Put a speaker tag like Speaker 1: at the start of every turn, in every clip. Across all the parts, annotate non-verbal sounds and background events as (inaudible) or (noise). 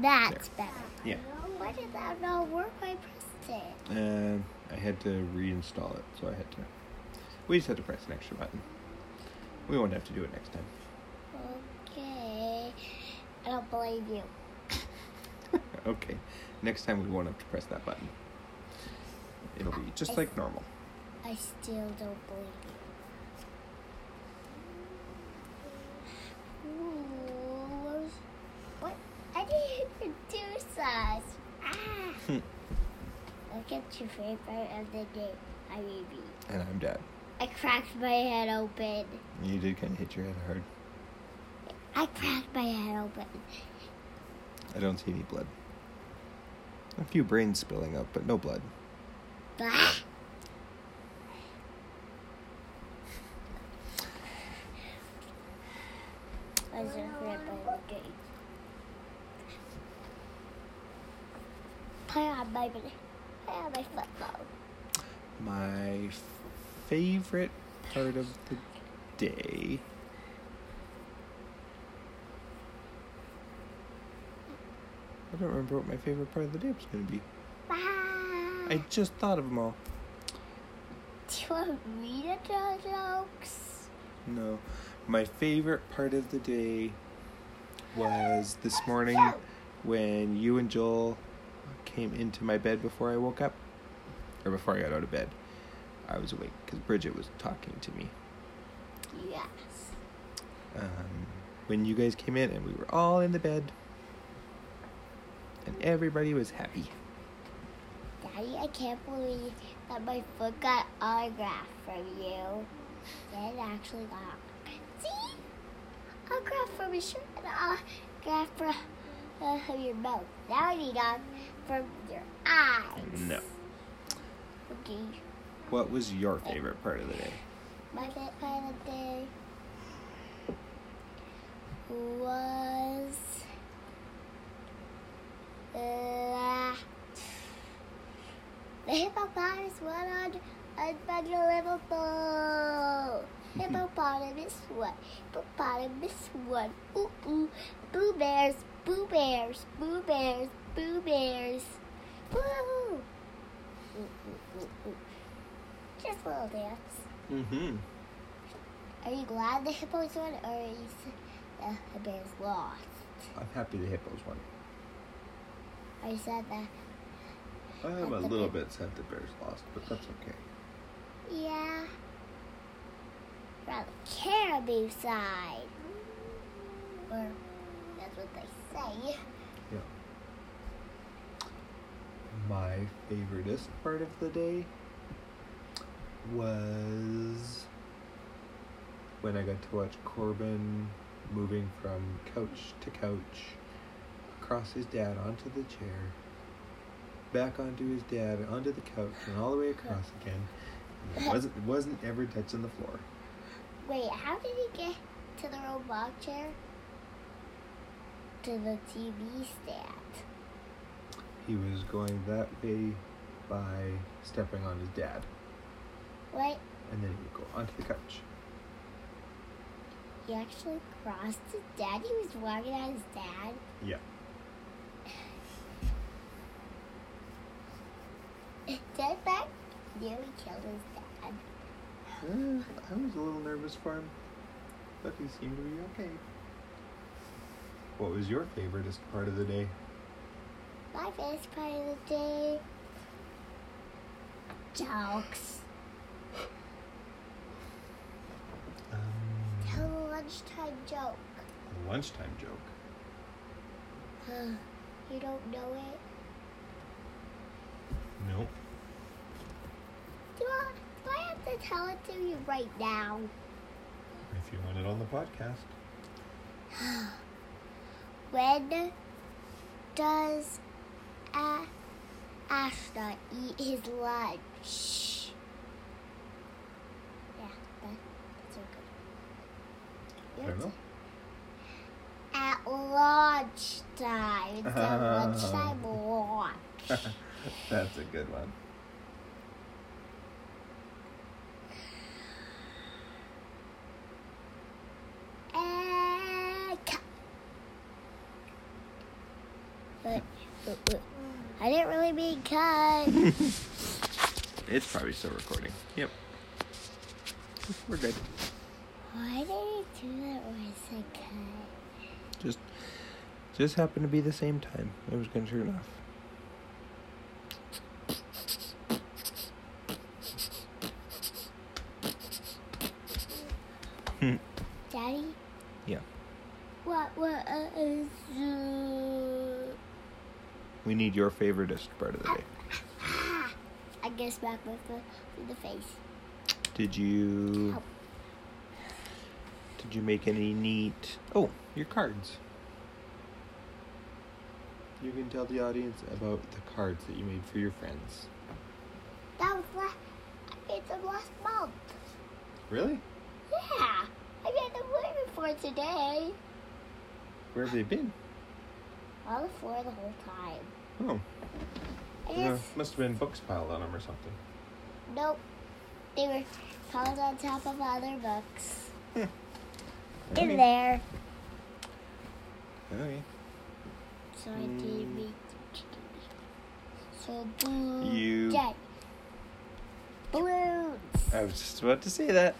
Speaker 1: That's better.
Speaker 2: Yeah.
Speaker 1: Why did that not work when I pressed it?
Speaker 2: Uh, I had to reinstall it, so I had to. We just had to press an extra button. We won't have to do it next time.
Speaker 1: Okay. I don't believe you. (coughs)
Speaker 2: Okay. Next time we won't have to press that button. It'll be just like normal.
Speaker 1: I still don't believe you. Ooh, what? I didn't introduce us. Ah.
Speaker 2: Hmm.
Speaker 1: Look at your favorite of the day, I baby.
Speaker 2: And I'm dad.
Speaker 1: I cracked my head open.
Speaker 2: You did kind of hit your head hard.
Speaker 1: I cracked my head open.
Speaker 2: I don't see any blood. A few brains spilling out, but no blood.
Speaker 1: Bah. Was your favorite day? Play on my play on my football.
Speaker 2: My favorite part of the day. I don't remember what my favorite part of the day was going to be.
Speaker 1: Bah.
Speaker 2: I just thought of them all.
Speaker 1: Do you want me to tell jokes?
Speaker 2: No. My favorite part of the day was this morning when you and Joel came into my bed before I woke up, or before I got out of bed. I was awake because Bridget was talking to me.
Speaker 1: Yes.
Speaker 2: Um, when you guys came in and we were all in the bed, and everybody was happy.
Speaker 1: Daddy, I can't believe that my foot got autographed from you. Yeah, it actually got. See? Autograph from your shirt and autograph from uh, your mouth. Now I need on from your eyes.
Speaker 2: No.
Speaker 1: Okay.
Speaker 2: What was your favorite part of the day?
Speaker 1: My favorite part of the day was. Uh, the hippopotamus went on a bunch of Liverpool. Hippopotamus what? Hippopotamus what? Ooh ooh. Boo bears, boo bears, boo bears, boo bears. Woo! Ooh, ooh, ooh, ooh. Just a little dance.
Speaker 2: Mm-hmm.
Speaker 1: Are you glad the hippos won or are you s- the bears lost?
Speaker 2: I'm happy the hippos won.
Speaker 1: I said that.
Speaker 2: I'm a little bit sad the Bears lost, but that's okay.
Speaker 1: Yeah. We're on the caribou side. Or that's what they say.
Speaker 2: Yeah. My favoriteest part of the day was when I got to watch Corbin moving from couch to couch, across his dad onto the chair, back onto his dad, onto the couch, and all the way across again. And it wasn't it wasn't ever touching the floor.
Speaker 1: Wait, how did he get to the robot chair? To the TV stand.
Speaker 2: He was going that way by stepping on his dad,
Speaker 1: Wait,
Speaker 2: and then he would go onto the couch.
Speaker 1: he actually crossed his dad? He was walking on his dad? (laughs)
Speaker 2: Yeah.
Speaker 1: Did that nearly killed his dad?
Speaker 2: Uh, I was a little nervous for him, but he seemed to be okay. What was your favoriteest part of the day?
Speaker 1: My favorite part of the day. Jokes.
Speaker 2: Um,
Speaker 1: Tell a lunchtime joke.
Speaker 2: a lunchtime joke.
Speaker 1: Huh, you don't know it?
Speaker 2: No.
Speaker 1: Do I, do I have to tell it to you right now?
Speaker 2: If you want it on the podcast.
Speaker 1: When does a- Ashna eat his lunch? Yeah, that, that's okay.
Speaker 2: I don't know.
Speaker 1: At lunchtime. It's a lunchtime lunch.
Speaker 2: That's a good one.
Speaker 1: And cut. But, but, but I didn't really mean cut.
Speaker 2: (laughs) It's probably still recording. Yep. We're good.
Speaker 1: Why did it do that when I said cut?
Speaker 2: Just just happened to be the same time. It was gonna turn off.
Speaker 1: Daddy?
Speaker 2: Yeah.
Speaker 1: What what uh, is uh,
Speaker 2: We need your favoritist part of the day.
Speaker 1: ah, I guess back with the with the face. Oh,
Speaker 2: Did you
Speaker 1: Help.
Speaker 2: Did you make any neat Oh, your cards. You can tell the audience about the cards that you made for your friends.
Speaker 1: That was last I made them last month.
Speaker 2: Really?
Speaker 1: Yeah. I made them way before today.
Speaker 2: Where have they been?
Speaker 1: On the floor the whole time.
Speaker 2: Oh,
Speaker 1: I
Speaker 2: there
Speaker 1: just
Speaker 2: must have been books piled on them or something.
Speaker 1: nope. They were piled on top of other books. In
Speaker 2: Okay. Oh,
Speaker 1: there.
Speaker 2: Okay.
Speaker 1: So I didn't
Speaker 2: Mm.
Speaker 1: mean to. So blue.
Speaker 2: You-
Speaker 1: Day. Balloons. (laughs)
Speaker 2: I was just about to say that.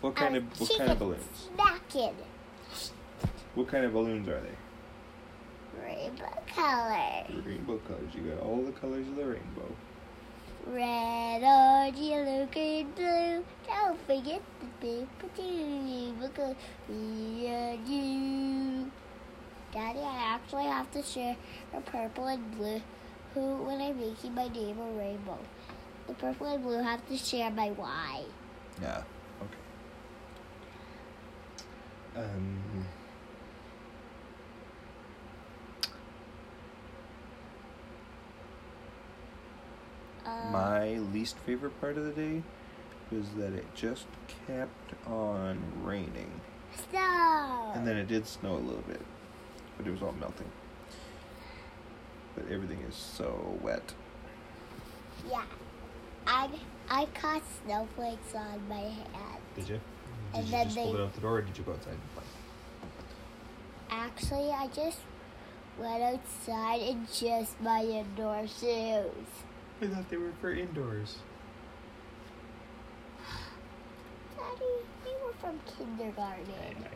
Speaker 2: what kind
Speaker 1: Uh,
Speaker 2: of what
Speaker 1: chicken
Speaker 2: kind of balloons?
Speaker 1: Snacking.
Speaker 2: What kind of balloons are they?
Speaker 1: Rainbow color.
Speaker 2: Rainbow colors. You got all the colors of the rainbow.
Speaker 1: Red, orange, yellow, green, blue. Don't forget the big patootie because we are you. Daddy, I actually have to share the purple and blue who when I'm making my name a rainbow. The purple and blue have to share my Y.
Speaker 2: Yeah. Okay. Um.
Speaker 1: Uh,
Speaker 2: My least favorite part of the day was that it just kept on raining,
Speaker 1: Snow.
Speaker 2: and then it did snow a little bit, but it was all melting. But everything is so wet.
Speaker 1: yeah. I I caught snowflakes on my hand.
Speaker 2: Did you? Did
Speaker 1: And
Speaker 2: you
Speaker 1: then
Speaker 2: just
Speaker 1: they-
Speaker 2: hold it out the door or did you go outside and play?
Speaker 1: Actually, I just went outside in just my indoor shoes.
Speaker 2: I thought they were for indoors.
Speaker 1: Daddy, we were from
Speaker 2: I,
Speaker 1: kindergarten.
Speaker 2: know.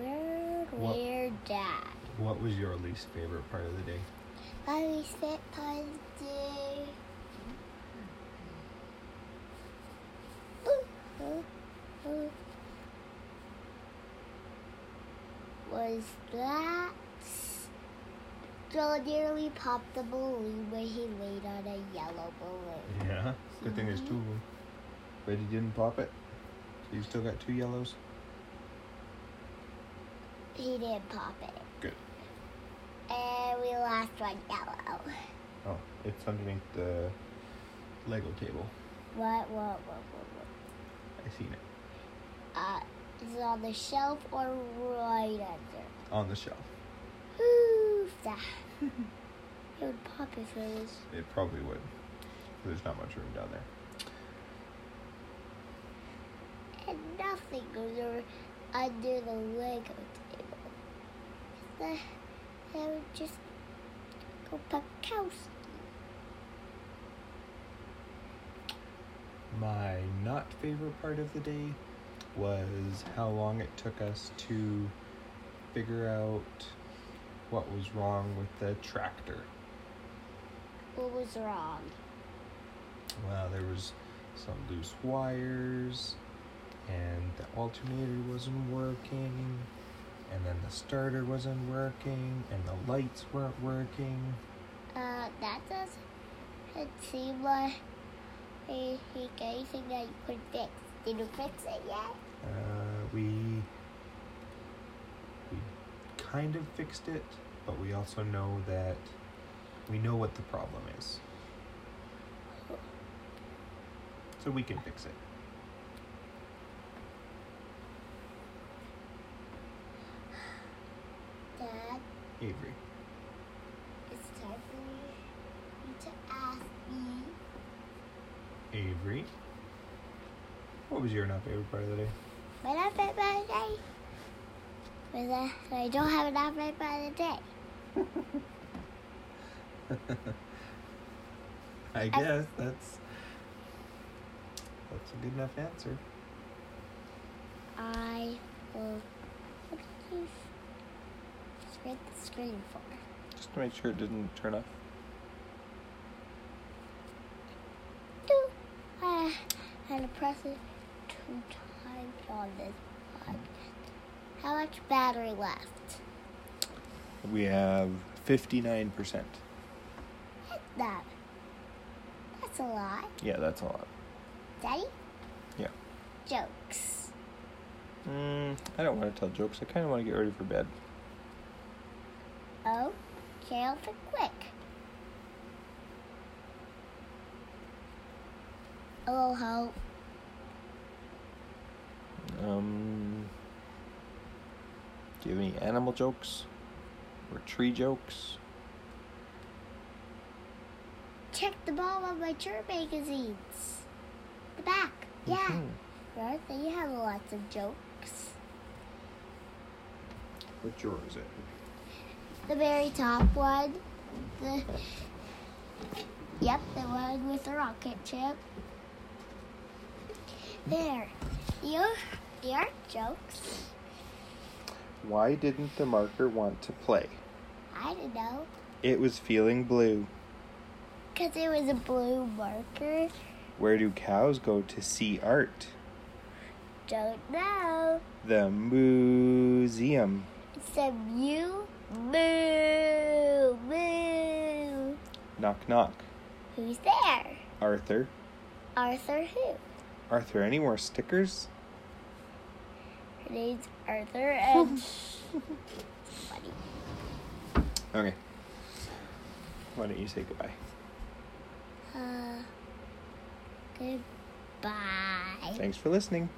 Speaker 1: Weird,
Speaker 2: What-
Speaker 1: weird dad.
Speaker 2: What was your least favorite part of the day?
Speaker 1: How we spent Monday. Was that Joe nearly popped the balloon when he laid on a yellow balloon?
Speaker 2: Yeah. Good thing there's two of them. But you didn't pop it? So you still got two yellows?
Speaker 1: He didn't pop it.
Speaker 2: Good.
Speaker 1: And we lost one yellow.
Speaker 2: Oh, it's underneath the Lego table.
Speaker 1: What, what, what, what, what?
Speaker 2: I seen it.
Speaker 1: Uh, is it on the shelf or right under?
Speaker 2: On the shelf.
Speaker 1: Oof, that. it would pop if it was.
Speaker 2: It probably would. There's not much room down there.
Speaker 1: And nothing goes over under the Lego table. That, that would just go Pakowski.
Speaker 2: My not favorite part of the day was how long it took us to figure out what was wrong with the tractor.
Speaker 1: What was wrong?
Speaker 2: Well, there was some loose wires, and the alternator wasn't working, and then the starter wasn't working, and the lights weren't working.
Speaker 1: Uh, that doesn't seem like he- he got anything that you could fix. Did you fix it yet?
Speaker 2: Uh, we we kind of fixed it, but we also know that we know what the problem is, so we can fix it.
Speaker 1: Dad,
Speaker 2: Avery,
Speaker 1: it's time for you to ask me.
Speaker 2: Avery, what was your not favorite part of the day?
Speaker 1: When I met my day, for that. I don't have an outfit by the day.
Speaker 2: (laughs) I guess that's that's a good enough answer.
Speaker 1: I will. What did you spread the screen for?
Speaker 2: Just to make sure it didn't turn off.
Speaker 1: Do I had a present two times on this podcast? How much battery left?
Speaker 2: We have fifty nine percent.
Speaker 1: Hit that. That's a lot.
Speaker 2: Yeah, that's a lot.
Speaker 1: Daddy?
Speaker 2: Yeah.
Speaker 1: Jokes.
Speaker 2: Mm, I don't want to tell jokes. I kind of want to get ready for bed.
Speaker 1: Oh, Carol for quick. Hello, Hope.
Speaker 2: Um, do you have any animal jokes or tree jokes?
Speaker 1: Check the bottom of my church magazines. The back. Yeah.
Speaker 2: Mhm.
Speaker 1: Right? They have lots of jokes.
Speaker 2: What drawer is it?
Speaker 1: The very top one. The Yep, the one with the rocket ship. There. Your your jokes.
Speaker 2: Why didn't the marker want to play?
Speaker 1: I don't know.
Speaker 2: It was feeling blue.
Speaker 1: Because it was a blue marker.
Speaker 2: Where do cows go to see art?
Speaker 1: Don't know.
Speaker 2: The museum.
Speaker 1: It's a mew. Moo. Moo.
Speaker 2: Knock knock.
Speaker 1: Who's there?
Speaker 2: Arthur.
Speaker 1: Arthur who?
Speaker 2: Arthur, any more stickers?
Speaker 1: Her name's Arthur and funny.
Speaker 2: Okay. Why don't you say goodbye?
Speaker 1: Uh, goodbye.
Speaker 2: Thanks for listening.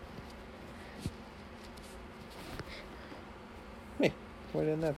Speaker 2: Hey, why didn't that